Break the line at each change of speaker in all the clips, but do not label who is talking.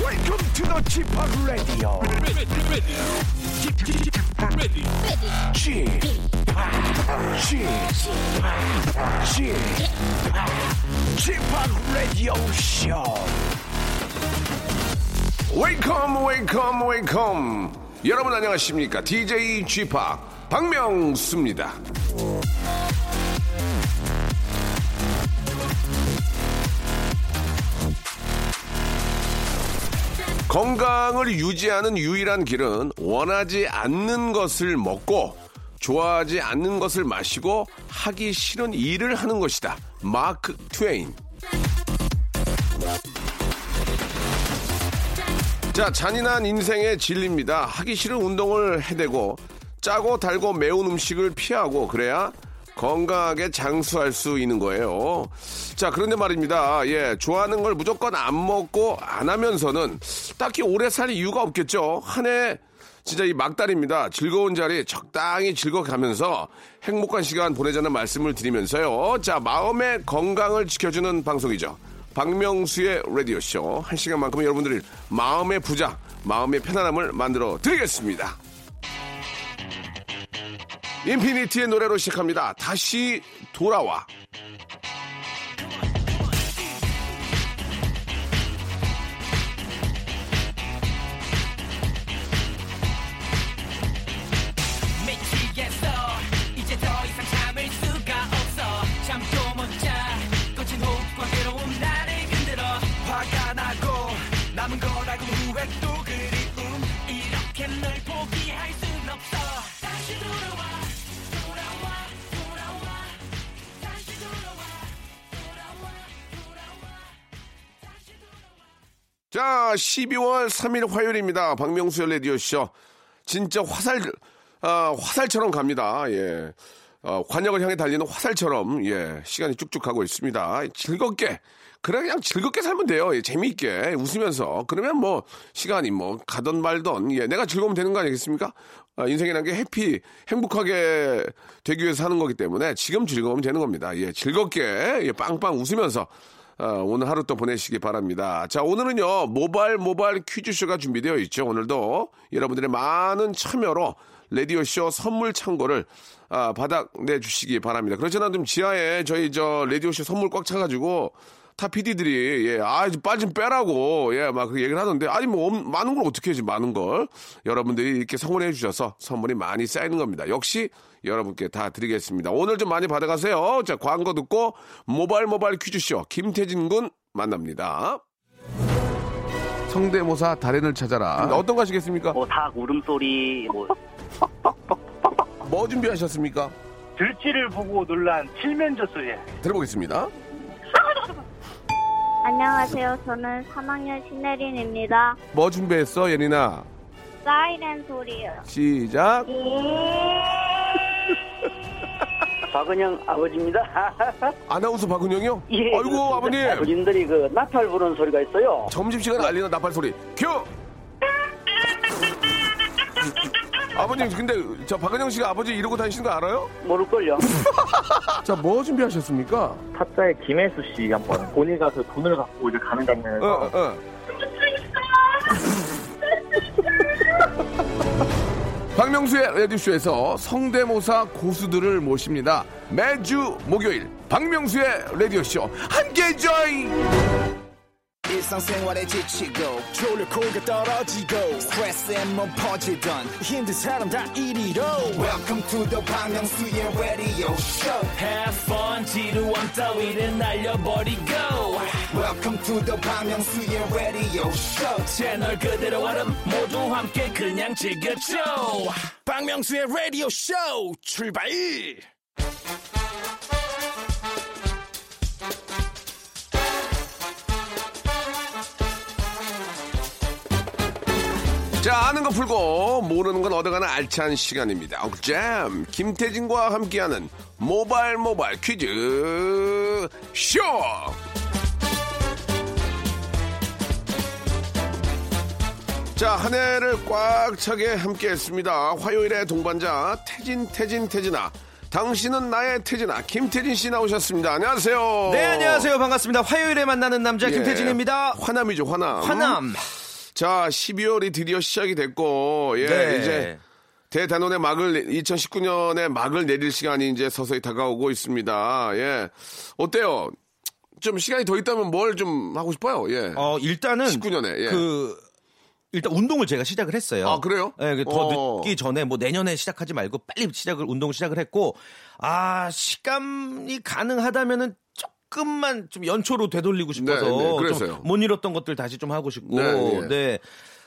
Welcome to the g p o p Radio.
ready, ready, ready,
g p o p g p o p Radio Show. Welcome, welcome, welcome. 여러분 안녕하십니까? DJ g p o p 박명수입니다. 건강을 유지하는 유일한 길은 원하지 않는 것을 먹고 좋아하지 않는 것을 마시고 하기 싫은 일을 하는 것이다. 마크 트웨인. 자, 잔인한 인생의 진리입니다. 하기 싫은 운동을 해대고 짜고 달고 매운 음식을 피하고 그래야 건강하게 장수할 수 있는 거예요. 자, 그런데 말입니다. 예, 좋아하는 걸 무조건 안 먹고 안 하면서는 딱히 오래 살 이유가 없겠죠. 한 해 진짜 이 막달입니다. 즐거운 자리 적당히 즐거가면서 행복한 시간 보내자는 말씀을 드리면서요. 자, 마음의 건강을 지켜주는 방송이죠. 박명수의 라디오쇼 한 시간만큼 여러분들이 마음의 부자, 마음의 편안함을 만들어 드리겠습니다. 인피니티의 노래로 시작합니다. 다시 돌아와.
미치겠어 이제 더 이상 참을 수가 없어 잠도 못자 꺼진 호흡과 괴로움 나를 흔들어 화가 나고 남은 거라고 후회 또 그리움 이렇게 널 포기할 순 없어 다시 돌아와 돌아와 돌아와 다시 돌아와 돌아와 돌아와 다시 돌아와
자, 12월 3일 화요일입니다. 박명수의 라디오쇼. 진짜 화살, 아, 화살처럼 갑니다. 예. 어, 관역을 향해 달리는 화살처럼, 예, 시간이 쭉쭉 가고 있습니다. 즐겁게, 그래, 그냥 즐겁게 살면 돼요. 예, 재미있게, 웃으면서. 그러면 뭐, 시간이 뭐, 가던 말던, 예, 내가 즐거우면 되는 거 아니겠습니까? 아, 인생이란 게 해피, 행복하게 되기 위해서 하는 거기 때문에 지금 즐거우면 되는 겁니다. 예, 즐겁게, 예, 빵빵 웃으면서 아, 오늘 하루 또 보내시기 바랍니다. 자, 오늘은요, 모발 모발 퀴즈쇼가 준비되어 있죠. 오늘도 여러분들의 많은 참여로 라디오쇼 선물 창고를 아, 바닥 내주시기 바랍니다. 그렇지만 좀 지하에 저희 저 라디오쇼 선물 꽉 차가지고 타 PD들이 예, 아, 빠진 빼라고 예, 막 그 얘기를 하는데 아니 뭐 없- 많은 걸 어떻게 해지 많은 걸 여러분들이 이렇게 성원해 주셔서 선물이 많이 쌓이는 겁니다. 역시 여러분께 다 드리겠습니다. 오늘 좀 많이 받아가세요. 자, 광고 듣고 모발 모발 퀴즈쇼 김태진 군 만납니다. 성대모사 달인을 찾아라. 음, 어떤 거 하시겠습니까?
뭐 닭 울음소리 뭐
뭐 준비하셨습니까?
들쥐를 보고 놀란 칠면조 소리.
들어보겠습니다.
안녕하세요. 저는 3학년 신혜린입니다.
뭐 준비했어, 예린아?
사이렌 소리요.
시작.
박은영 아버지입니다.
아나운서 박은영이요?
예,
아이고, 아버님.
아버님들이 그 나팔 부는 소리가 있어요.
점심시간 알리는 나팔 소리 큐 아버님 근데 저 박은영 씨가 아버지 이러고 다니시는 거 알아요?
모를걸요.
자 뭐 준비하셨습니까?
타짜의 김혜수 씨 한번 본인 가서 돈을 갖고 이제 가는
어,
장면에서
어, 어. 박명수의 라디오쇼에서 성대모사 고수들을 모십니다. 매주 목요일 박명수의 라디오쇼 함께 join.
일상생활에 지치고, 졸려 코가 떨어지고, 스트레스에 몸 퍼지던, 힘든 사람 다 이리로. welcome to the Bang Myung-soo's radio show
Have fun 지루함 따위를 날려버리고
welcome to the Bang Myung-soo's radio show
채널 그대로 얼음 모두 함께 그냥 즐겨줘
자, 아는 거 풀고 모르는 건 얻어가는 알찬 시간입니다. 억잼 김태진과 함께하는 모발 모발 퀴즈 쇼. 자, 한 해를 꽉 차게 함께했습니다. 화요일의 동반자 태진 태진 태진아. 당신은 나의 태진아 김태진 씨 나오셨습니다. 네, 안녕하세요.
네, 안녕하세요. 반갑습니다. 화요일에 만나는 남자
예, 음?
김태진입니다.
화남이죠, 화남.
화남.
자, 12월이 드디어 시작이 됐고, 예,
네.
이제 대단원의 막을 2019년에 막을 내릴 시간이 이제 서서히 다가오고 있습니다. 예, 어때요? 좀 시간이 더 있다면 뭘 좀 하고 싶어요? 예.
어 일단은
19년 에, 예.
그 일단 운동을 제가 시작을 했어요.
아, 그래요?
예, 그더
어.
늦기 전에 뭐 내년에 시작하지 말고 빨리 시작을 운동을 시작을 했고 아 시간이 가능하다면은 조금만 좀 연초로 되돌리고 싶어서
네, 네,
좀
그랬어요.
못 이뤘던 것들 다시 좀 하고 싶고
네,
네,
네.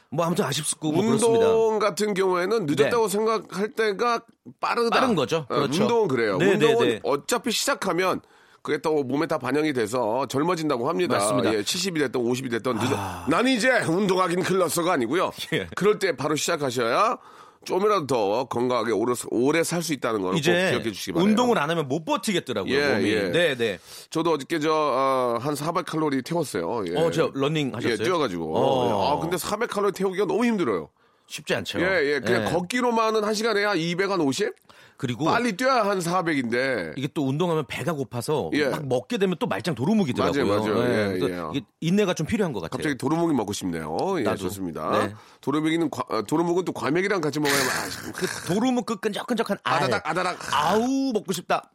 뭐 아무튼 아쉽고 뭐 그렇습니다. 네.
운동 같은 경우에는 늦었다고 생각할 때가 빠르다.
빠른 거죠.
어,
그렇죠.
운동은 그래요.
네,
운동은
네, 네.
어차피 시작하면 그게 또 몸에 다 반영이 돼서 젊어진다고 합니다.
맞습니다. 아.
예, 70이 됐던 50이 됐던 늦어. 난 이제 운동하긴 클났어가 아니고요.
예.
그럴 때 바로 시작하셔야 좀이라도 더 건강하게 오래, 오래 살 수 있다는 걸꼭
이제
기억해 주시기 바랍니다.
운동을 안 하면 못 버티겠더라고요
예,
몸이.
예.
네, 네.
저도 어저께 저한 400 칼로리 태웠어요. 예.
어, 저 러닝 하셨어요?
예, 뛰어가지고.
어.
아 근데 400 칼로리 태우기가 너무 힘들어요.
쉽지 않죠.
예, 예. 그냥 걷기로만은 한 시간에 한 200, 한 50?
그리고
빨리 뛰어야 한 400인데.
이게 또 운동하면 배가 고파서
예.
막 먹게 되면 또 말짱 도루묵이더라고요.
맞아요, 맞아요. 예,
그래서
예.
이게 인내가 좀 필요한 것 같아요.
갑자기 도루묵이 먹고 싶네요. 예,
나도.
좋습니다.
네.
도루묵이는 과- 어, 도루묵은 또 과메기랑 같이 먹어야 맛있고.
그 도루묵 그 끈적끈적한 알.
아다닥 아다닥.
아우 먹고 싶다.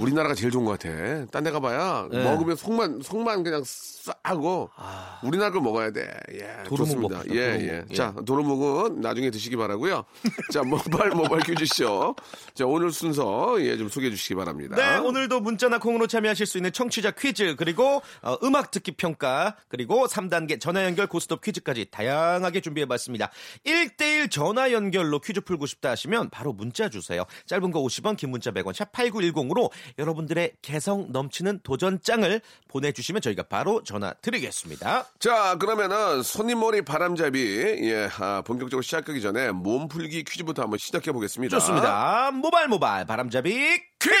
우리나라가 제일 좋은 것 같아. 딴 데 가봐야
아. 네.
먹으면 속만 속만 그냥 싸고 우리나라 걸 먹어야 돼. 예,
아. 도루묵
좋습니다.
먹읍시다,
예,
도루묵.
예.
예.
자, 도루묵은 나중에 드시기 바라고요. 자, 모발 모발 퀴즈쇼. 자, 오늘 순서 예 좀 소개해 주시기 바랍니다.
네, 오늘도 문자나 콩으로 참여하실 수 있는 청취자 퀴즈, 그리고 어, 음악 듣기 평가, 그리고 3단계 전화 연결 고스톱 퀴즈까지 다양하게 준비해 봤습니다. 1대1 전화 연결로 퀴즈 풀고 싶다 하시면 바로 문자 주세요. 짧은 거 50원, 긴 문자 100원, 샵 8910으로 여러분들의 개성 넘치는 도전장을 보내주시면 저희가 바로 전화 드리겠습니다.
자, 그러면은 손님머리 바람잡이 예, 아, 본격적으로 시작하기 전에 몸풀기 퀴즈부터 한번 시작해 보겠습니다.
좋습니다. 모발 모발 바람잡이 퀴즈.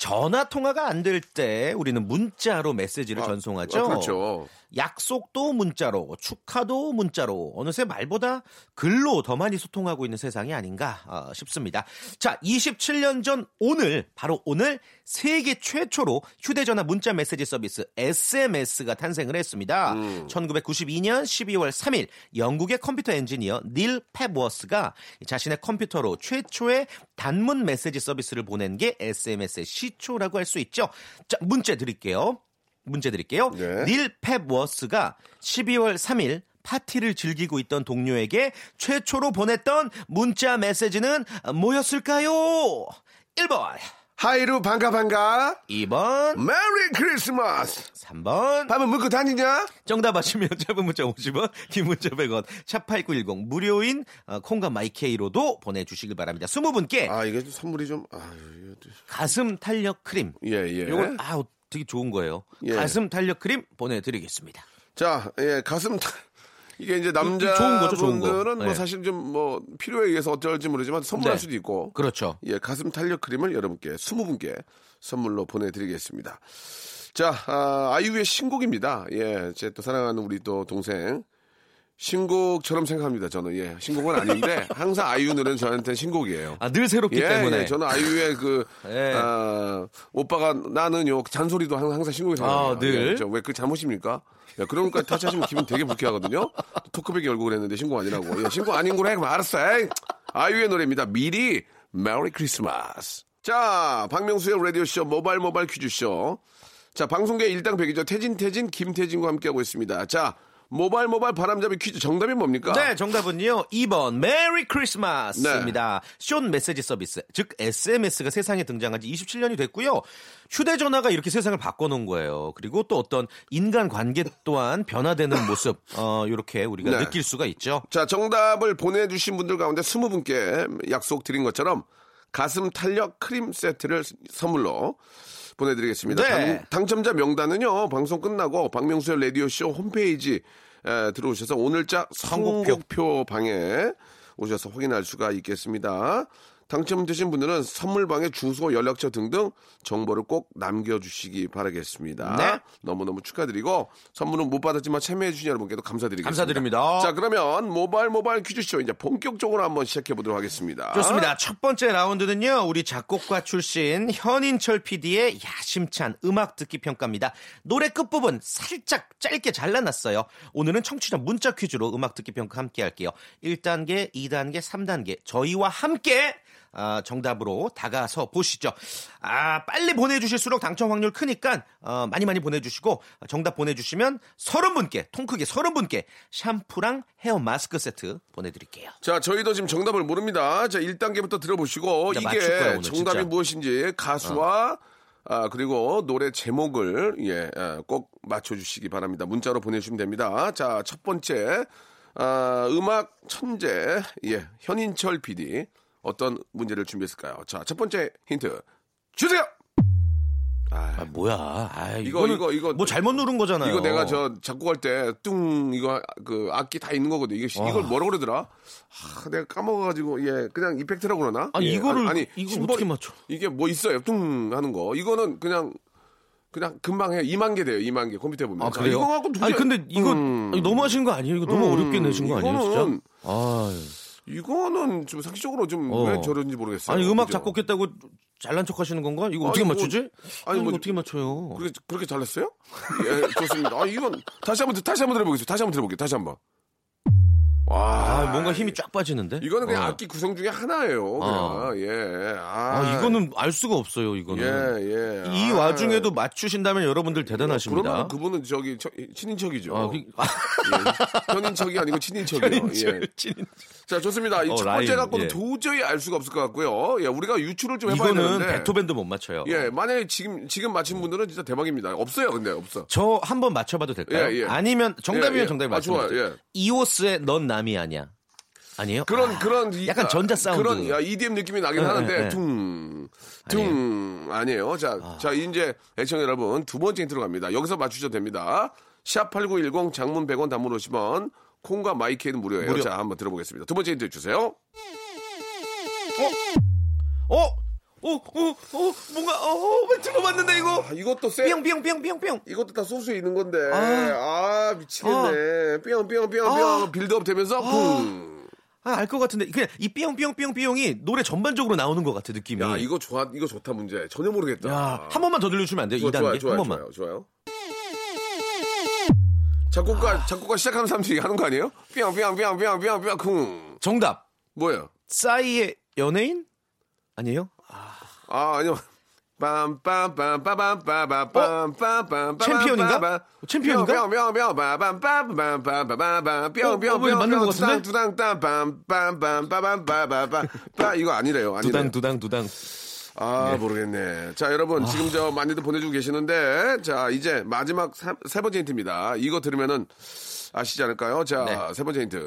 전화 통화가 안 될 때 우리는 문자로 메시지를
아,
전송하죠.
아, 그렇죠.
약속도 문자로, 축하도 문자로, 어느새 말보다 글로 더 많이 소통하고 있는 세상이 아닌가 어, 싶습니다. 자, 27년 전 오늘, 바로 오늘 세계 최초로 휴대전화 문자 메시지 서비스 SMS가 탄생을 했습니다. 1992년 12월 3일 영국의 컴퓨터 엔지니어 닐 페버스가 자신의 컴퓨터로 최초의 단문 메시지 서비스를 보낸 게 SMS의 시초라고 할 수 있죠. 자, 문제 드릴게요. 문제 드릴게요.
네.
닐 펩워스가 12월 3일 파티를 즐기고 있던 동료에게 최초로 보냈던 문자 메시지는 뭐였을까요? 1번,
하이루 반가 반가.
2번,
메리 크리스마스.
3번.
밥은 먹고 다니냐?
정답 아시면 짧은 문자 50원, 긴 문자 100원, 샵8910 무료인 어, 콩과 마이케이로도 보내주시길 바랍니다. 20분께
아, 이게 좀 선물이 좀 아, 이거 또-
가슴 탄력 크림.
예, 예.
요건 아 되게 좋은 거예요.
예.
가슴 탄력 크림 보내드리겠습니다.
자, 예, 가슴 타- 이게 이제 남자
좋은 거죠, 좋은 거.
분들은 뭐
네.
사실 좀 뭐 필요에 의해서 어쩔지 모르지만 선물할
네.
수도 있고.
그렇죠.
예, 가슴 탄력 크림을 여러분께 20분께 선물로 보내드리겠습니다. 자, 아, 이유의 신곡입니다. 예, 제 또 사랑하는 우리 또 동생. 신곡처럼 생각합니다. 저는 예, 신곡은 아닌데 항상 아이유 노래는 저한테 신곡이에요.
아 늘 새롭기
예,
때문에.
예, 저는 아이유의 그
예.
아, 오빠가 나는 요 잔소리도 항- 항상 신곡이 생각나요.
아, 늘.
왜 그 잘못입니까? 야, 그러니까 터치하시면 기분 되게 불쾌하거든요. 토크백이 얼굴 했는데 신곡 아니라고. 야, 신곡 아닌 거라 해. 그럼 알았어. 에이. 아이유의 노래입니다. 미리 메리 크리스마스. 자, 박명수의 라디오쇼 모발 모발 퀴즈쇼. 자, 방송계 일당백이죠. 태진 태진 김태진과 함께하고 있습니다. 자, 모발 모발 바람잡이 퀴즈 정답이 뭡니까?
네, 정답은요. 2번 메리 크리스마스입니다.
네.
쇼온 메시지 서비스, 즉 SMS가 세상에 등장한 지 27년이 됐고요. 휴대 전화가 이렇게 세상을 바꿔 놓은 거예요. 그리고 또 어떤 인간 관계 또한 변화되는 모습 어 이렇게 우리가
네.
느낄 수가 있죠.
자, 정답을 보내주신 분들 가운데 20분께 약속드린 것처럼 가슴 탄력 크림 세트를 선물로 보내드리겠습니다.
네.
당,첨자 명단은요, 방송 끝나고 박명수의 라디오쇼 홈페이지 에, 들어오셔서 오늘자 선곡표 방에 오셔서 확인할 수가 있겠습니다. 당첨되신 분들은 선물방의 주소, 연락처 등등 정보를 꼭 남겨주시기 바라겠습니다.
네.
너무너무 축하드리고 선물은 못 받았지만 참여해주신 여러분께도 감사드리겠습니다.
감사드립니다.
자, 그러면 모바일 모바일 퀴즈쇼 이제 본격적으로 한번 시작해보도록 하겠습니다.
좋습니다. 첫 번째 라운드는요, 우리 작곡가 출신 현인철 PD의 야심찬 음악 듣기 평가입니다. 노래 끝부분 살짝 짧게 잘라놨어요. 오늘은 청취자 문자 퀴즈로 음악 듣기 평가 함께 할게요. 1단계, 2단계, 3단계. 저희와 함께 아, 정답으로 다가서 보시죠. 아, 빨리 보내주실수록 당첨 확률 크니까 어, 많이 많이 보내주시고 정답 보내주시면 30분께, 통 크게 30분께 샴푸랑 헤어 마스크 세트 보내드릴게요.
자, 저희도 지금 정답을 모릅니다. 자, 1단계부터 들어보시고
나
이게
맞출 거야, 오늘,
정답이
진짜. 어.
무엇인지 가수와 아, 그리고 노래 제목을 예, 예, 꼭 맞춰 주시기 바랍니다. 문자로 보내 주시면 됩니다. 자, 첫 번째. 아, 음악 천재 예, 현인철 PD 어떤 문제를 준비했을까요? 자, 첫 번째 힌트 주세요.
아, 뭐야. 아,
이거,
이거는
이거, 이거.
뭐 잘못 누른 거잖아요.
이거 내가 저 작곡할 때 뚱 이거 그 악기 다 있는 거거든. 이게 시- 이걸 뭐라고 그러더라? 아, 내가 까먹어 가지고 예, 그냥 이펙트라고 그러나?
아니,
예,
이거를 이걸
심벌-
어떻게 맞춰?
이게 뭐 있어요? 뚱 하는 거. 이거는 그냥 그냥 금방 해. 2만 개 돼요. 2만 개 컴퓨터 에 보면.
아,
자,
그래요?
이거 음, 갖고 누구
아니, 근데 이거 아니, 너무 하신 거 아니에요? 이거 너무 어렵게 내신 거 아니에요, 진짜?
이거는-
아,
이거는 좀 상식적으로 좀
어.
왜 저런지 모르겠어요.
아니, 음악
그죠?
작곡했다고 잘난 척 하시는 건가? 이거 어떻게
아니, 뭐-
맞추지?
아니,
아니,
뭐-
이거 어떻게 맞춰요?
그렇게 그렇게 잘랐어요? 예, 좋습니다. 아, 이건 다시 한번 다시 한번 들어보겠습니다. 다시 한번 들어볼게요. 다시 한번. 와,
아, 뭔가 힘이 쫙 빠지는데?
이거는 그냥
어.
악기 구성 중에 하나예요. 그냥
아.
예.
아, 이거는 알 수가 없어요, 이거는.
예, 예.
이
아.
와중에도 맞추신다면 여러분들 대단하십니다.
그러면 뭐. 그분은 저기 처- 친인척이죠.
아, 그- 아,
예. 현인척이 아니고 친인척이요.
진짜,
예.
진짜.
자 좋습니다. 이
어,
첫 번째
라임,
갖고는
예.
도저히 알 수가 없을 것 같고요. 예, 우리가 유출을 좀 해봐야
이거는
되는데.
베토벤도 못 맞춰요.
예, 만약에 지금 지금 맞힌 분들은 진짜 대박입니다. 없어요, 근데 없어.
저 한 번 맞춰봐도 될까요?
예, 예.
아니면 정답이면
예, 예.
정답이
아, 좋아요,
맞춰요.
예.
이오스의 넌 남이 아니야. 아니에요?
그런
아,
그런 이-
약간
아,
전자 사운드.
그런 야, EDM 느낌이 나긴
예, 예,
하는데
예.
퉁퉁 아니에요. 자, 자 이제 애청 여러분 두 번째 힌트로 갑니다. 여기서 맞추셔도 됩니다. 샵8910 장문 100원 단문 50원 콩과 마이크는 무료예요.
무료.
자, 한번 들어보겠습니다. 두 번째 힌트 주세요.
어? 어? 어? 어? 뭔가 어? 어? 왜 들어봤는데 이거?
아, 이것도 세
뿅뿅뿅뿅뿅.
이것도 다 소스에 있는 건데. 아,
아.
미치겠네. 뿅뿅뿅뿅
아.
빌드업 되면서 퉁.
아, 알 것 같은데. 그냥 이 뿅뿅뿅뿅이 노래 전반적으로 나오는 것 같아, 느낌이.
야, 이거 좋아. 이거 좋다 문제. 전혀 모르겠다. 아.
야, 한 번만 더 들려주면 안 돼요?
좋아,
2단계?
좋아요, 좋아요,
한 번만.
좋아요, 좋아요. 작곡가, 작곡가 시작하는 사람들이 하는 거 아니에요? 뿅뿅뿅뿅뿅뿅 쿵.
정답.
뭐예요?
싸이의 연예인? 아니에요?
아, 아니요. 빰빰빰빰빰빰빰빰빰빰빰
챔피언인가? 챔피언인가? 어, 왜 맞는 것 같은데?
뿅뿅뿅뿅뿅뿅뿅뿅뿅뿅뿅뿅뿅뿅뿅뿅뿅뿅뿅뿅뿅뿅 이거 아니래요. 아니래요.
두당, 두당, 두당.
아, 모르겠네. 자, 여러분, 지금 저 많이들 보내주고 계시는데, 자, 이제 마지막 세, 세 번째 힌트입니다. 이거 들으면은 아시지 않을까요? 자,
네.
세 번째 힌트.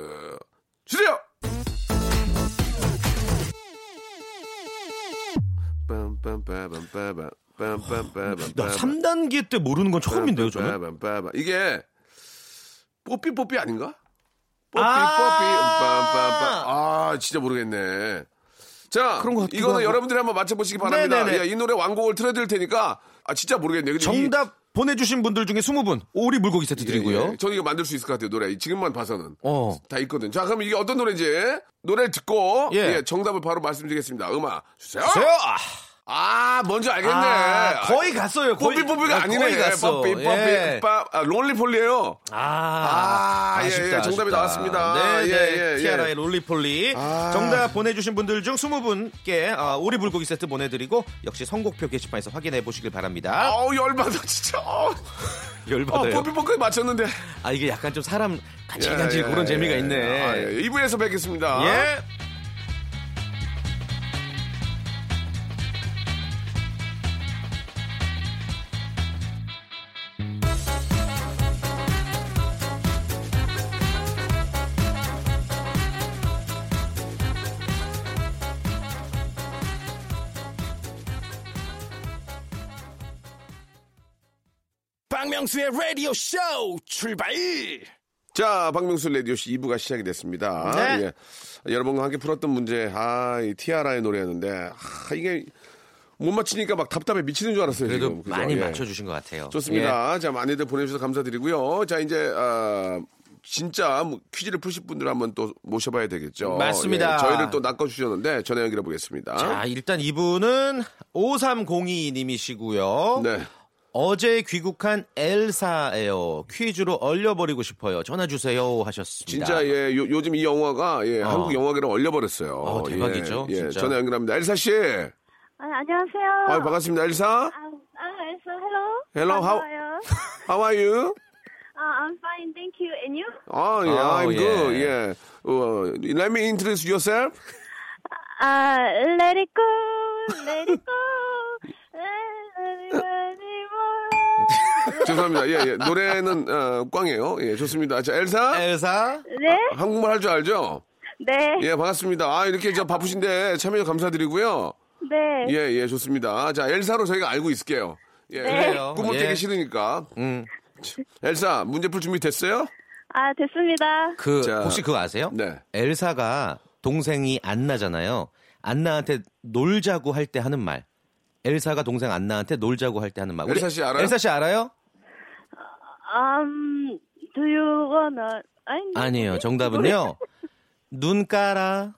주세요! 빰빰빰빰빰빰. 빰빰빰빰빰.
나 3단계 때 모르는 건
네,
처음인데요, 저는?
빰빰빰빰. 이게, 뽀삐뽀삐 아닌가? 뽀삐뽀삐. 음,
아!
빰빰빰. 아, 진짜 모르겠네. 자,
그런 것 같기도
이거는
하고.
여러분들이 한번 맞춰보시기 바랍니다.
네네네.
예, 이 노래 완곡을 틀어드릴 테니까, 아, 진짜 모르겠네요. 근데
정답 보내주신 분들 중에 20분 오리 물고기 세트
이-
드리고요.
예, 예. 저는 이거 만들 수 있을 것 같아요, 노래. 지금만 봐서는.
어.
다 있거든. 자, 그럼 이게 어떤 노래인지, 노래를 듣고,
예.
예, 정답을 바로 말씀드리겠습니다. 음악 주세요.
주세요.
아, 뭔지 알겠네.
아, 거의 갔어요. 거의-
뽀삐뽀삐가
아,
아니네.
거의 갔어.
뽀삐뽀삐.
예.
빠- 아, 롤리폴리에요.
아,
아, 예,
아쉽다,
예, 정답이
아쉽다.
나왔습니다.
네,
예,
네,
예, 예.
티아라의 롤리폴리. 정답 보내주신 분들 중 20분께 아, 오리 불고기 세트 보내드리고 역시 선곡표 게시판에서 확인해 보시길 바랍니다.
아우, 열받아, 진짜. 아우. 어,
열받아요.
뽀삐뽀삐 맞췄는데.
아 이게 약간 좀 사람
예,
간질간질
예,
그런
예,
재미가
예.
있네.
아, 예. 2부에서 뵙겠습니다.
예.
박명수의 라디오 쇼 출발
자, 박명수 레디오씨 2부가 시작이 됐습니다.
네.
예. 여러분과 함께 풀었던 문제, 아, 이 티아라의 노래였는데, 아, 이게 못 맞히니까 막 답답해 미치는 줄 알았어요.
그래도
지금. 그죠?
많이
예.
맞춰주신 것 같아요. 예.
좋습니다. 자, 많이들 보내주셔서 감사드리고요. 자, 이제, 아, 진짜 뭐 퀴즈를 푸실 분들 한번 또 모셔봐야 되겠죠.
맞습니다.
예, 저희를 또 낚아주셨는데 전화 연결해 보겠습니다.
자, 일단 이분은 5302님이시고요.
네.
어제 귀국한 엘사예요. 퀴즈로 얼려버리고 싶어요. 전화 주세요 하셨습니다.
진짜 예 요, 즘이 영화가 예,
어.
한국 영화계를 얼려버렸어요.
어, 대박이죠,
예, 예,
진짜.
전화 연결합니다. 엘사 씨,
아, 안녕하세요.
아 반갑습니다. 엘사,
아, 아, so hello.
Hello, how-
반가워요.
how are you?
아, I'm fine, thank you. And you?
아, 예,
아,
I'm
예.
good. 예, 어, let me introduce yourself.
아, let it go, let it go. let it go anymore.
죄송합니다. 예, 예. 노래는 어, 꽝이에요. 예, 좋습니다. 자, 엘사,
엘사.
네,
한국말 할 줄 알죠?
네,
예, 반갑습니다. 아, 이렇게 저 바쁘신데 참여 감사드리고요.
네.
예, 예, 좋습니다. 자, 엘사로 저희가 알고 있을게요. 예,
그래요.
꿈을
예.
깨기 싫으니까.
음.
엘사, 문제 풀 준비 됐어요?
아, 됐습니다.
그
자.
혹시 그거 아세요?
네.
엘사가 동생이 안나잖아요. 안나한테 놀자고 할 때 하는 말. 엘사가 동생 안나한테 놀자고 할 때 하는 말. 우리
엘사 씨 알아요?
엘사 씨 알아요?
Um, do you wanna? 아니,
아니에요. 정답은요. 눈 깔아.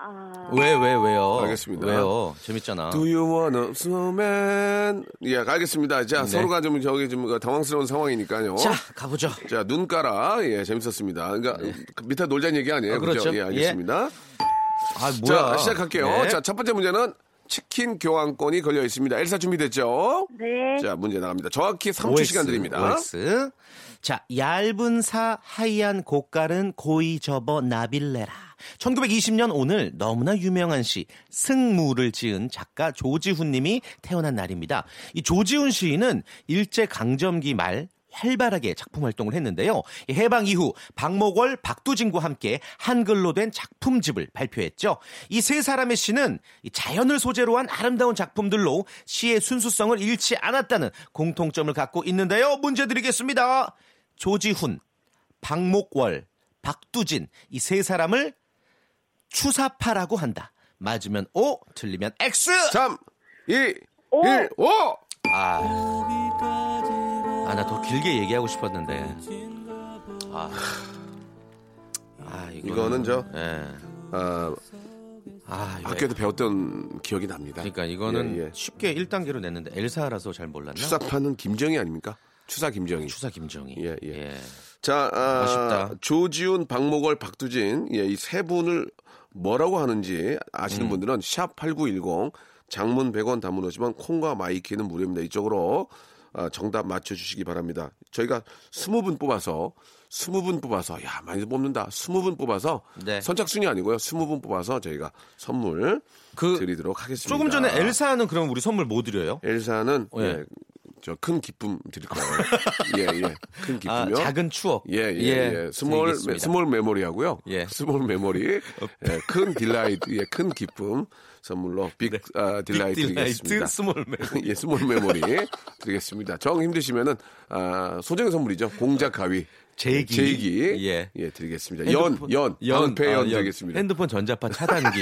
아,
왜 왜 왜, 요
알겠습니다.
왜요? 재밌잖아.
Do you wanna snowman? 예, 알겠습니다. 자,
네.
서로가 좀 저기 좀그 당황스러운 상황이니까요.
자, 가보죠.
자, 눈가라. 예, 재밌었습니다. 그러니까 그 밑에 놀자는 얘기 아니에요.
어, 네. 그렇죠.
그죠? 예, 알겠습니다.
아, 뭐야.
자, 시작할게요.
네.
자, 첫 번째 문제는 치킨 교환권이 걸려 있습니다. 엘사 준비됐죠?
네.
자, 문제 나갑니다. 정확히 3초
OX,
시간 드립니다.
OX. 자, 얇은 사 하얀 고깔은 고이 접어 나빌레라. 1920년 오늘 너무나 유명한 시 승무를 지은 작가 조지훈 님이 태어난 날입니다. 이 조지훈 시인은 일제 강점기 말 활발하게 작품 활동을 했는데요. 이 해방 이후 박목월, 박두진과 함께 한글로 된 작품집을 발표했죠. 이 세 사람의 시는 이 자연을 소재로 한 아름다운 작품들로 시의 순수성을 잃지 않았다는 공통점을 갖고 있는데요. 문제 드리겠습니다. 조지훈, 박목월, 박두진 이 세 사람을 추사파라고 한다. 맞으면 O, 틀리면 X.
3, 2, 1, 5!
아, 아 나 더 길게 얘기하고 싶었는데. 아, 아 이거는,
이거는 저-
예.
아,
아, 이거
학교에서 배웠던 기억이 납니다.
그러니까 이거는
예, 예.
쉽게 1단계로 냈는데 엘사라서 잘 몰랐나?
추사파는 김정희 아닙니까? 추사 김정희.
추사 김정희.
예, 예. 자, 아,
아쉽다.
조지훈, 박목월, 박두진 예, 이 세 분을 뭐라고 하는지 아시는
음.
분들은 샵 8910 장문 100원 단문 오시면 콩과 마이키는 무료입니다. 이쪽으로 아, 정답 맞춰 주시기 바랍니다. 저희가 20분 뽑아서 20분 뽑아서 야, 많이 뽑는다. 20분 뽑아서
네.
선착순이 아니고요. 20분 뽑아서 저희가 선물
그
드리도록 하겠습니다.
조금 전에 엘사는 그럼 우리 선물 뭐 드려요?
엘사는
예.
예, 저 큰 기쁨 드릴 거예요. 예, 예. 큰 기쁨요.
아, 작은 추억.
예, 예, 예. 스몰,
드리겠습니다.
메, 스몰 메모리 하고요.
예.
스몰 메모리. 예, 큰 딜라이트, 예, 큰 기쁨 선물로 빅 아, 딜라이트 드리겠습니다.
네. 딜라이트 스몰 메.
예, 스몰 메모리 드리겠습니다. 정 힘드시면은, 아, 소정의 선물이죠. 공작 가위.
제기.
제기.
예.
예. 드리겠습니다. 연, 연, 방패 연
아,
드리겠습니다.
핸드폰 전자파 차단기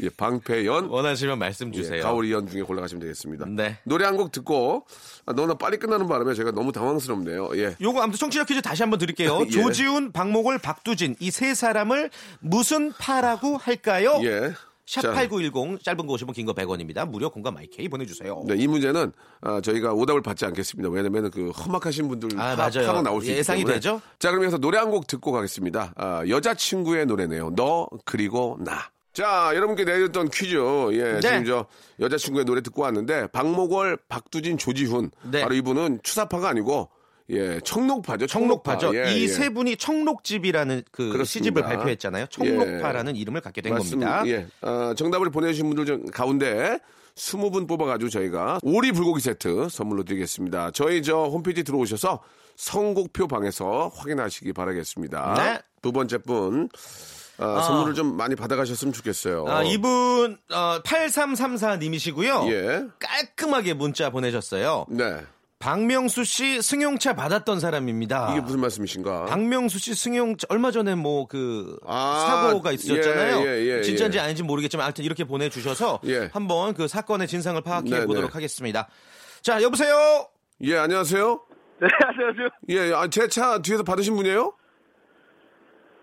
예, 방패 연.
원하시면 말씀 주세요.
예, 가오리 연 중에 골라가시면 되겠습니다.
네.
노래 한 곡 듣고, 아, 너무나 빨리 끝나는 바람에 제가 너무 당황스럽네요. 예.
요거 아무튼 청취자 퀴즈 다시 한번 드릴게요.
예.
조지훈, 박목월, 박두진 이 세 사람을 무슨 파라고 할까요?
예. 자.
샵8910 짧은 거 50원 긴 거 100원입니다. 무료 공감 마이케이 보내주세요.
네, 이 문제는 아, 저희가 오답을 받지 않겠습니다. 왜냐면 그 험악하신 분들
아,
아,
맞아요.
파가 나올 수 있기
예상이
때문에.
되죠?
자, 그러면서 노래 한 곡 듣고 가겠습니다. 아, 여자친구의 노래네요. 너 그리고 나. 자, 여러분께 내렸던 퀴즈. 예,
네.
지금 저 여자친구의 노래 듣고 왔는데 박목월, 박두진, 조지훈.
네.
바로 이분은 추사파가 아니고 예, 청록파죠.
청록파죠.
예,
이
예.
세 분이 청록집이라는 그
그렇습니다.
시집을 발표했잖아요. 청록파라는 이름을 갖게 된
맞습니다.
겁니다.
예. 아, 정답을 보내주신 분들 중 가운데 20분 뽑아가지고 저희가 오리 불고기 세트 선물로 드리겠습니다. 저희 저 홈페이지 들어오셔서 선곡표 방에서 확인하시기 바라겠습니다.
네.
두 번째 분 아, 선물을 좀 많이 받아가셨으면 좋겠어요.
아, 이분 어, 8334님이시고요.
예.
깔끔하게 문자 보내셨어요.
네.
박명수 씨 승용차 받았던 사람입니다.
이게 무슨 말씀이신가?
박명수 씨 승용차 얼마 전에 뭐 그
아,
사고가 있으셨잖아요.
예, 예, 예,
진짜인지
예.
아닌지 모르겠지만 아무튼 이렇게 보내주셔서
예.
한번 그 사건의 진상을 파악해
네,
보도록
네.
하겠습니다. 자 여보세요.
예, 안녕하세요.
네, 안녕하세요.
예, 아, 제 차 뒤에서 받으신 분이에요?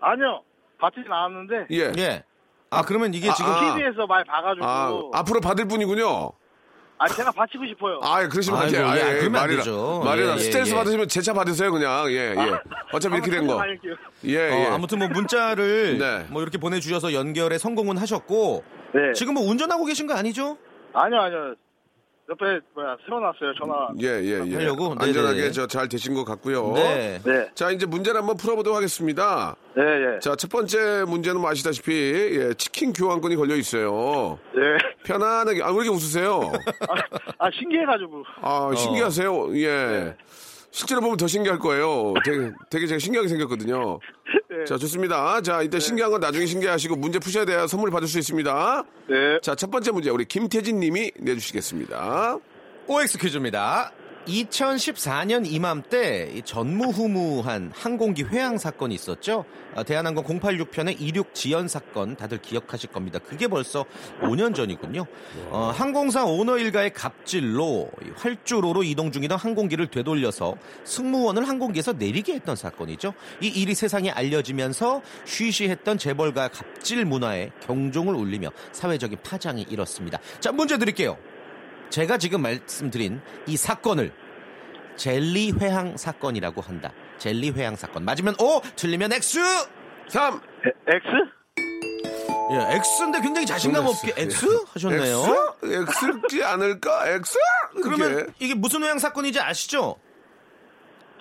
아니요. 받지진 않았는데
예.
예. 아 그러면 이게
아,
지금
아.
TV에서 많이 봐가지고
아,
아,
앞으로 받을 분이군요.
제가 바치고 싶어요.
아, 그러시면 안
아이고,
돼요. 아,
예,
예,
그러면 안
말이나-
되죠.
말이나
예, 예,
스트레스
예.
받으시면 제 차 받으세요, 그냥. 예, 예. 어차피 이렇게 된 거.
다닐게요.
예,
어,
예.
아무튼 뭐 문자를
네.
뭐 이렇게 보내주셔서 연결에 성공은 하셨고
네.
지금 뭐 운전하고 계신 거 아니죠?
아니요, 아니요. 옆에 뭐야 세워놨어요 전화.
예, 예, 예.
하려고? 네네.
안전하게 저 잘 되신 것 같고요.
네.
네,
자, 이제 문제를 한번 풀어보도록 하겠습니다.
네, 예,
자, 첫 번째 문제는 뭐 아시다시피, 예, 치킨 교환권이 걸려 있어요.
네.
편안하게, 아, 왜 이렇게 웃으세요?
아 신기해가지고.
어.
아, 신기하세요. 예. 실제로 보면 더 신기할 거예요. 되게, 되게 제가 신기하게 생겼거든요. 자, 좋습니다. 자, 일단 신기한 건 나중에 신기하시고 문제 푸셔야 돼야 선물 받을 수 있습니다.
네.
자, 첫 번째 문제 우리 김태진 님이 내주시겠습니다.
OX 퀴즈입니다. 2014년 이맘때 이 전무후무한 항공기 회항 사건이 있었죠. 아, 대한항공 086편의 이륙 지연 사건 다들 기억하실 겁니다. 그게 벌써 5년 전이군요. 어, 항공사 오너 일가의 갑질로 이 활주로로 이동 중이던 항공기를 되돌려서 승무원을 항공기에서 내리게 했던 사건이죠. 이 일이 세상에 알려지면서 쉬쉬했던 재벌가 갑질 문화에 경종을 울리며 사회적인 파장이 일었습니다. 자, 문제 드릴게요. 제가 지금 말씀드린 이 사건을 젤리 회항 사건이라고 한다. 젤리 회항 사건. 맞으면 O, 틀리면 X.
3.
X?
예, X인데 굉장히 자신감 없게 X 하셨네요.
X? X지 않을까? X?
그러면 이게 무슨 회항 사건인지 아시죠?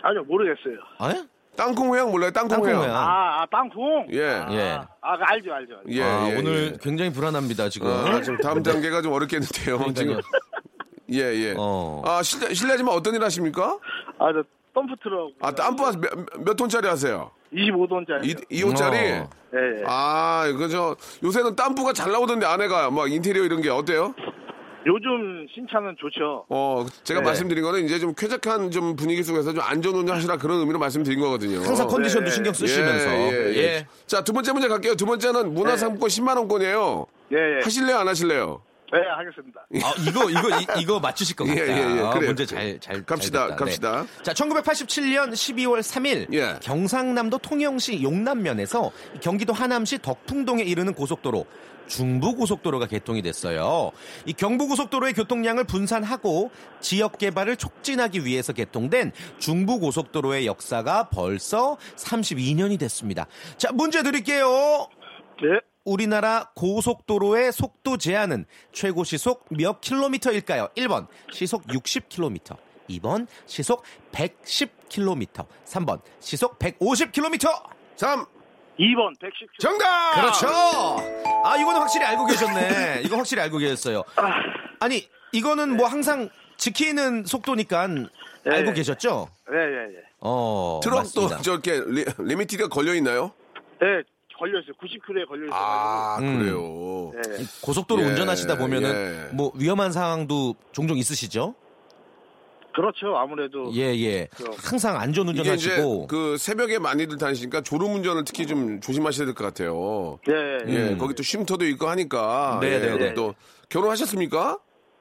아니요 모르겠어요.
아, 예?
땅콩 회양 몰라요? 땅콩,
땅콩
회양.
회양.
아, 아 땅콩.
예.
아,
예.
아, 알죠, 알죠. 알죠.
예,
아,
예,
오늘 네?
예.
굉장히 불안합니다 지금.
아, 지금 다음 단계가 좀 어렵겠는데요. 지금.
그러니까요.
예, 예.
어.
아, 실례, 실례지만 어떤 일 하십니까?
아, 저 덤프 트럭.
아, 땀뿌 몇, 몇 톤짜리 하세요?
25돈짜리.
이, 2호짜리?
어.
예, 예.
아, 이거 저, 요새는 땀뿌가 잘 나오던데 아내가 막 인테리어 이런 게 어때요?
요즘 신차는 좋죠.
어, 제가
네.
말씀드린 거는 이제 좀 쾌적한 좀 분위기 속에서 좀 안전운전 하시라 그런 의미로 말씀드린 거거든요.
항상 컨디션도 신경 쓰시면서.
예, 예, 예. 자, 두 번째 문제 갈게요. 두 번째는 문화상품권
네.
10만원권이에요.
예, 예.
하실래요, 안 하실래요?
예, 하겠습니다.
아, 이거, 이거, 이, 이거 맞추실 것
예,
같다.
예, 예.
아,
그래요.
문제 잘, 잘.
갑시다,
잘 됐다.
갑시다.
네. 자, 1987년 12월 3일.
예.
경상남도 통영시 용남면에서 경기도 하남시 덕풍동에 이르는 고속도로. 중부고속도로가 개통이 됐어요. 이 경부고속도로의 교통량을 분산하고 지역 개발을 촉진하기 위해서 개통된 중부고속도로의 역사가 벌써 32년이 됐습니다. 자, 문제 드릴게요.
예.
우리나라 고속도로의 속도 제한은 최고 시속 몇 킬로미터일까요? 1번 시속 60킬로미터, 2번 시속 110킬로미터, 3번 시속 150킬로미터.
3.
2번 110.
정답!
그렇죠. 아 이거는 확실히 알고 계셨네. 이거 확실히 알고 계셨어요. 아니 이거는 뭐 항상 지키는 속도니까 알고 계셨죠?
예, 예, 예.
어
트럭도
맞습니다.
저렇게 리, 리미티드가 걸려있나요?
예, 걸려있어요. 90km에 걸려있어요.
아,
음.
그래요.
예. 예.
고속도로
예,
운전하시다 보면은
예.
뭐 위험한 상황도 종종 있으시죠?
그렇죠. 아무래도.
예, 예. 항상
그렇죠. 이게 이제
안전운전하시고.
그 새벽에 많이들 다니시니까 졸음운전을 특히 좀 조심하셔야 될 것 같아요.
예, 예.
예,
음.
거기 또 쉼터도 있고 하니까.
네,
예,
네, 네.
또 결혼하셨습니까?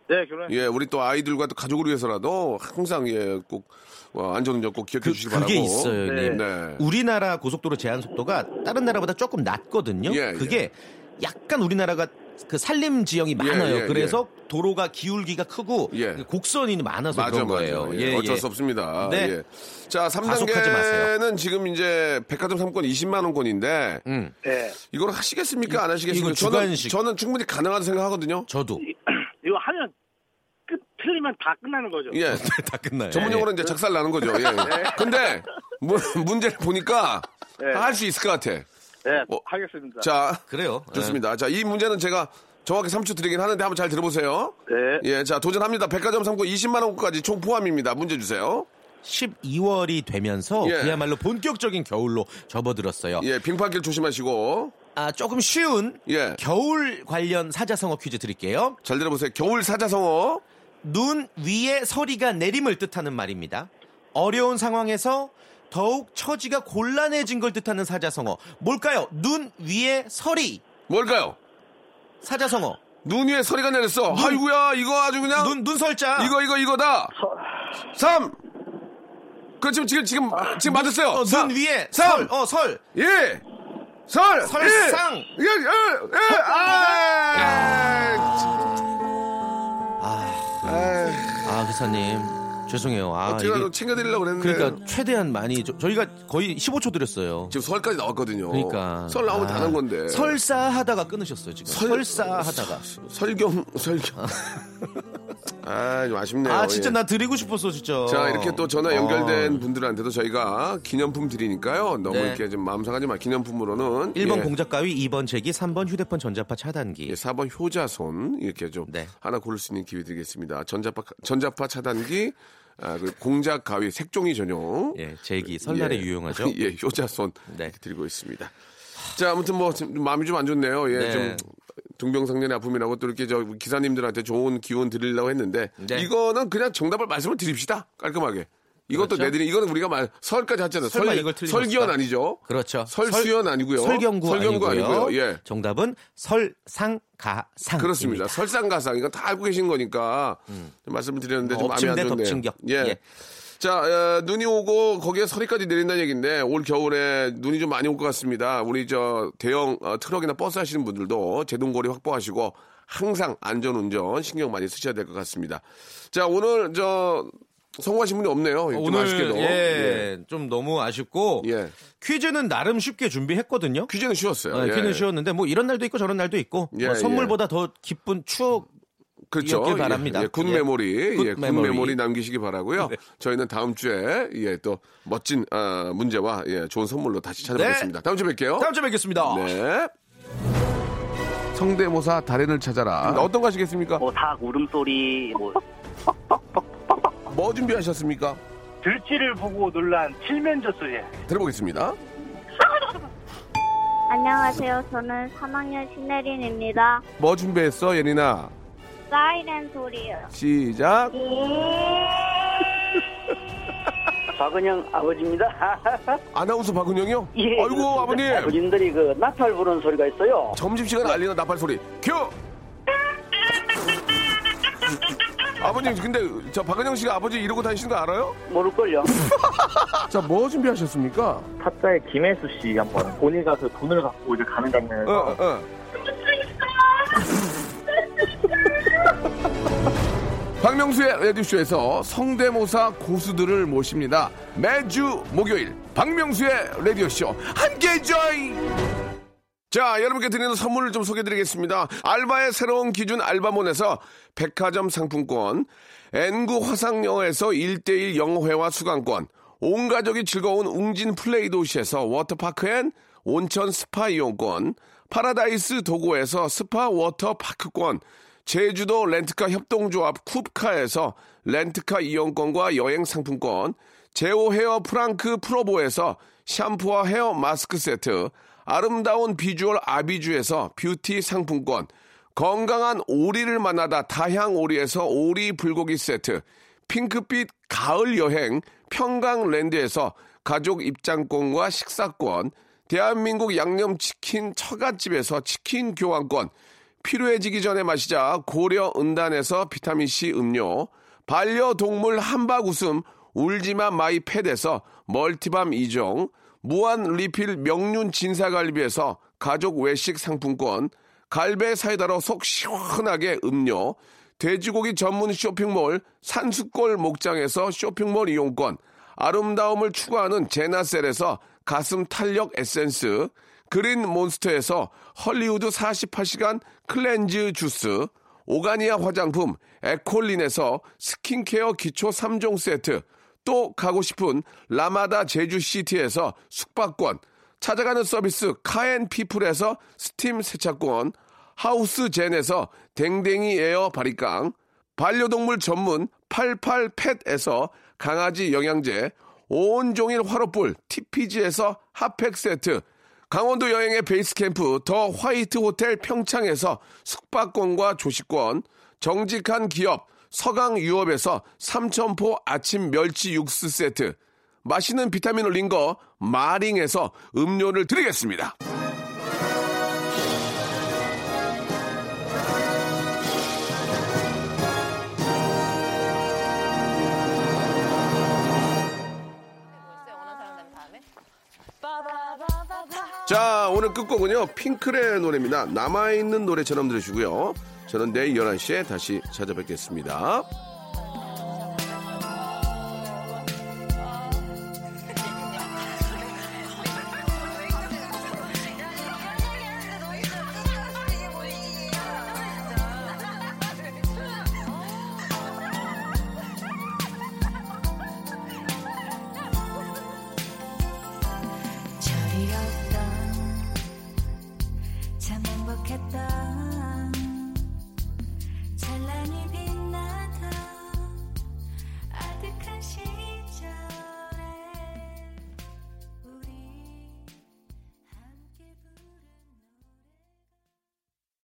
네, 결혼.
예, 우리 또 아이들과 또 가족을 위해서라도 항상 예, 꼭 어, 안전운전 꼭 기억해
그,
주시기
게
바라고.
있어요,
네.
형님.
네.
우리나라 고속도로 제한 속도가 다른 나라보다 조금 낮거든요.
예,
그게 약간 우리나라가 그 산림 지형이 많아요.
예, 예.
그래서 도로가 기울기가 크고 그
예.
곡선이 많아서
맞아,
그런
맞아.
거예요.
요 예, 어쩔 수 없습니다.
네.
예. 자,
과속하지 마세요.
3단계는 지금 이제 백화점 상권 20만원권인데,
음,
예.
이걸 하시겠습니까? 안 하시겠습니까?
이거
저는,
주관식.
저는 충분히 가능하다고 생각하거든요.
저도
이거 하면 끝, 틀리면 다 끝나는 거죠.
예.
다 끝나요.
전문용어로 이제 작살 나는 거죠. 예. 근데 문, 문제를 보니까
예.
할 수 있을 것 같아.
예,
어.
하겠습니다.
자,
예. 그래요.
좋습니다. 자, 이 문제는 제가 정확히 3초 드리긴 하는데 한번 잘 들어보세요.
네.
예, 자, 도전합니다. 백화점 상품 20만 원까지 총 포함입니다. 문제 주세요.
12월이 어, 되면서
예.
그야말로 본격적인 겨울로 접어들었어요.
예, 빙판길 조심하시고.
아, 조금 쉬운
예.
겨울 관련 사자성어 퀴즈 드릴게요.
잘 들어보세요. 겨울 사자성어.
눈 위에 서리가 내림을 뜻하는 말입니다. 어려운 상황에서 더욱 처지가 곤란해진 걸 뜻하는 사자성어. 뭘까요? 눈 위에 서리.
뭘까요?
사자성어.
눈 위에 서리가 내렸어. 아이고야, 이거 아주 그냥.
눈, 눈설자.
이거, 이거, 이거다. 삼. 그, 지금, 지금, 지금, 지금 맞았어요.
어,
사,
눈 위에
삼.
설. 어, 설.
예. 설.
설상.
예. 예. 예. 예.
네.
아.
아,
아.
아 기사님. 죄송해요. 아,
제가 네.
이게-
좀 챙겨드리려고 그랬는데.
그러니까 최대한 많이 저, 희가 거의 15초 드렸어요.
지금 설까지 나왔거든요.
그러니까
설 나오면
아,
다난 건데.
설사 하다가 끊으셨어요 지금.
설-
설사 하다가.
설경 설경. 아, 좀 아쉽네요.
아 진짜
예.
나 드리고 싶었어 진짜.
자 이렇게 또 전화
어.
연결된 분들한테도 저희가 기념품 드리니까요. 너무
네.
이렇게 좀 마음 상하지 마. 기념품으로는
1번
예,
공작가위, 2번 제기, 3번 휴대폰 전자파 차단기.
예, 4번 효자손 이렇게 좀
네.
하나 고를 수 있는 기회 드리겠습니다. 전자파 전자파 차단기, 아, 그 공작 가위 색종이 전용.
예, 제기 설날에
예.
유용하죠.
예, 효자손
네.
이렇게 드리고 있습니다. 자, 아무튼 뭐 지금 마음이 좀 안 좋네요. 예,
네.
좀 동병상련의 아픔이라고 또 이렇게 저 기사님들한테 좋은 기운 드리려고 했는데
네.
이거는 그냥 정답을 말씀을 드립시다. 깔끔하게. 이것도
그렇죠?
내드리 이거는 우리가 말 설까지 했잖아요.
설마 이걸 틀리면
설기현
없다.
아니죠?
그렇죠.
설수연 아니고요.
설경구,
설경구
아니고요.
아니고요. 예.
정답은 설상가상.
그렇습니다. 설상가상 이건 다 알고 계신 거니까 말씀을 드렸는데 좀
어,
마음이 안
음. 엎친 데
좋네요.
덮친 격.
예.
예.
자 어, 눈이 오고 거기에 서리까지 내린다는 얘기인데 올 겨울에 눈이 좀 많이 올 것 같습니다. 우리 저 대형 어, 트럭이나 버스 하시는 분들도 제동거리 확보하시고 항상 안전운전 신경 많이 쓰셔야 될 것 같습니다. 자 오늘 저 성공하신 분이 없네요. 좀
오늘
아쉽게도.
예, 좀 너무 아쉽고
예.
퀴즈는 나름 쉽게 준비했거든요.
퀴즈는 쉬웠어요.
네,
예.
퀴즈는 쉬웠는데 뭐 이런 날도 있고 저런 날도 있고
예,
뭐 선물보다 더 기쁜 추억
그렇죠.
이었길 바랍니다.
예, 예, 굿
예.
메모리,
굿
예, 굿
메모리. 네.
메모리 남기시기 바라고요. 저희는 다음 주에 예, 또 멋진 아, 문제와 예, 좋은 선물로 다시 찾아뵙겠습니다. 다음 주에 뵐게요.
네. 다음 주에 뵙겠습니다.
네. 성대모사 달인을 찾아라. 음, 어떤 거 하시겠습니까?
뭐 닭 울음소리 뭐
뭐 준비하셨습니까?
들쥐를 보고 놀란 칠면조 소리.
들어보겠습니다.
안녕하세요. 저는 3학년 신혜린입니다.
뭐 준비했어, 예린아?
사이렌 소리요.
시작.
박은영 아버지입니다.
아나운서 박은영이요?
예,
아이고,
그렇습니다.
아버님.
아버님들이 그 나팔 부는 소리가 있어요.
점심시간 알리는 나팔 소리. 큐! 아버님, 근데 저 박은영 씨가 아버지 이러고 다니시는 거 알아요?
모를걸요.
자, 뭐 준비하셨습니까?
타짜의 김혜수 씨 한번 본인 가서 돈을 갖고 이제 가는
어,
장면에서
어, 어. 박명수의 라디오쇼에서 성대모사 고수들을 모십니다. 매주 목요일 박명수의 라디오쇼 함께 join. 자, 여러분께 드리는 선물을 좀 소개드리겠습니다. 알바의 새로운 기준 알바몬에서 백화점 상품권, N구 화상영어에서 1대1 영어회화 수강권, 온 가족이 즐거운 웅진 플레이 도시에서 워터파크 앤 온천 스파 이용권, 파라다이스 도고에서 스파 워터파크권, 제주도 렌트카 협동조합 쿱카에서 렌트카 이용권과 여행 상품권, 제오 헤어 프랑크 프로보에서 샴푸와 헤어 마스크 세트, 아름다운 비주얼 아비주에서 뷰티 상품권, 건강한 오리를 만나다 다향 오리에서 오리 불고기 세트, 핑크빛 가을 여행 평강랜드에서 가족 입장권과 식사권, 대한민국 양념치킨 처갓집에서 치킨 교환권, 필요해지기 전에 마시자 고려 은단에서 비타민C 음료, 반려동물 한박 웃음 울지마 마이 팻에서 멀티밤 2종, 무한 리필 명륜 진사갈비에서 가족 외식 상품권, 갈배 사이다로 속 시원하게 음료, 돼지고기 전문 쇼핑몰 산수골 목장에서 쇼핑몰 이용권, 아름다움을 추구하는 제나셀에서 가슴 탄력 에센스, 그린 몬스터에서 헐리우드 48시간 클렌즈 주스, 오가니아 화장품 에콜린에서 스킨케어 기초 3종 세트, 또 가고 싶은 라마다 제주시티에서 숙박권, 찾아가는 서비스 카앤피플에서 스팀 세차권, 하우스젠에서 댕댕이 에어 바리깡, 반려동물 전문 88팻에서 강아지 영양제, 온종일 화로불 TPG에서 핫팩 세트, 강원도 여행의 베이스 캠프 더 화이트 호텔 평창에서 숙박권과 조식권, 정직한 기업 서강 유업에서 삼천포 아침 멸치 육수 세트, 맛있는 비타민 올린 거 마링에서 음료를 드리겠습니다. 자, 오늘 끝곡은요. 핑클의 노래입니다. 남아있는 노래처럼 들으시고요. 저는 내일 11시에 다시 찾아뵙겠습니다.
철이 없던 참 행복했던 찬란히 빛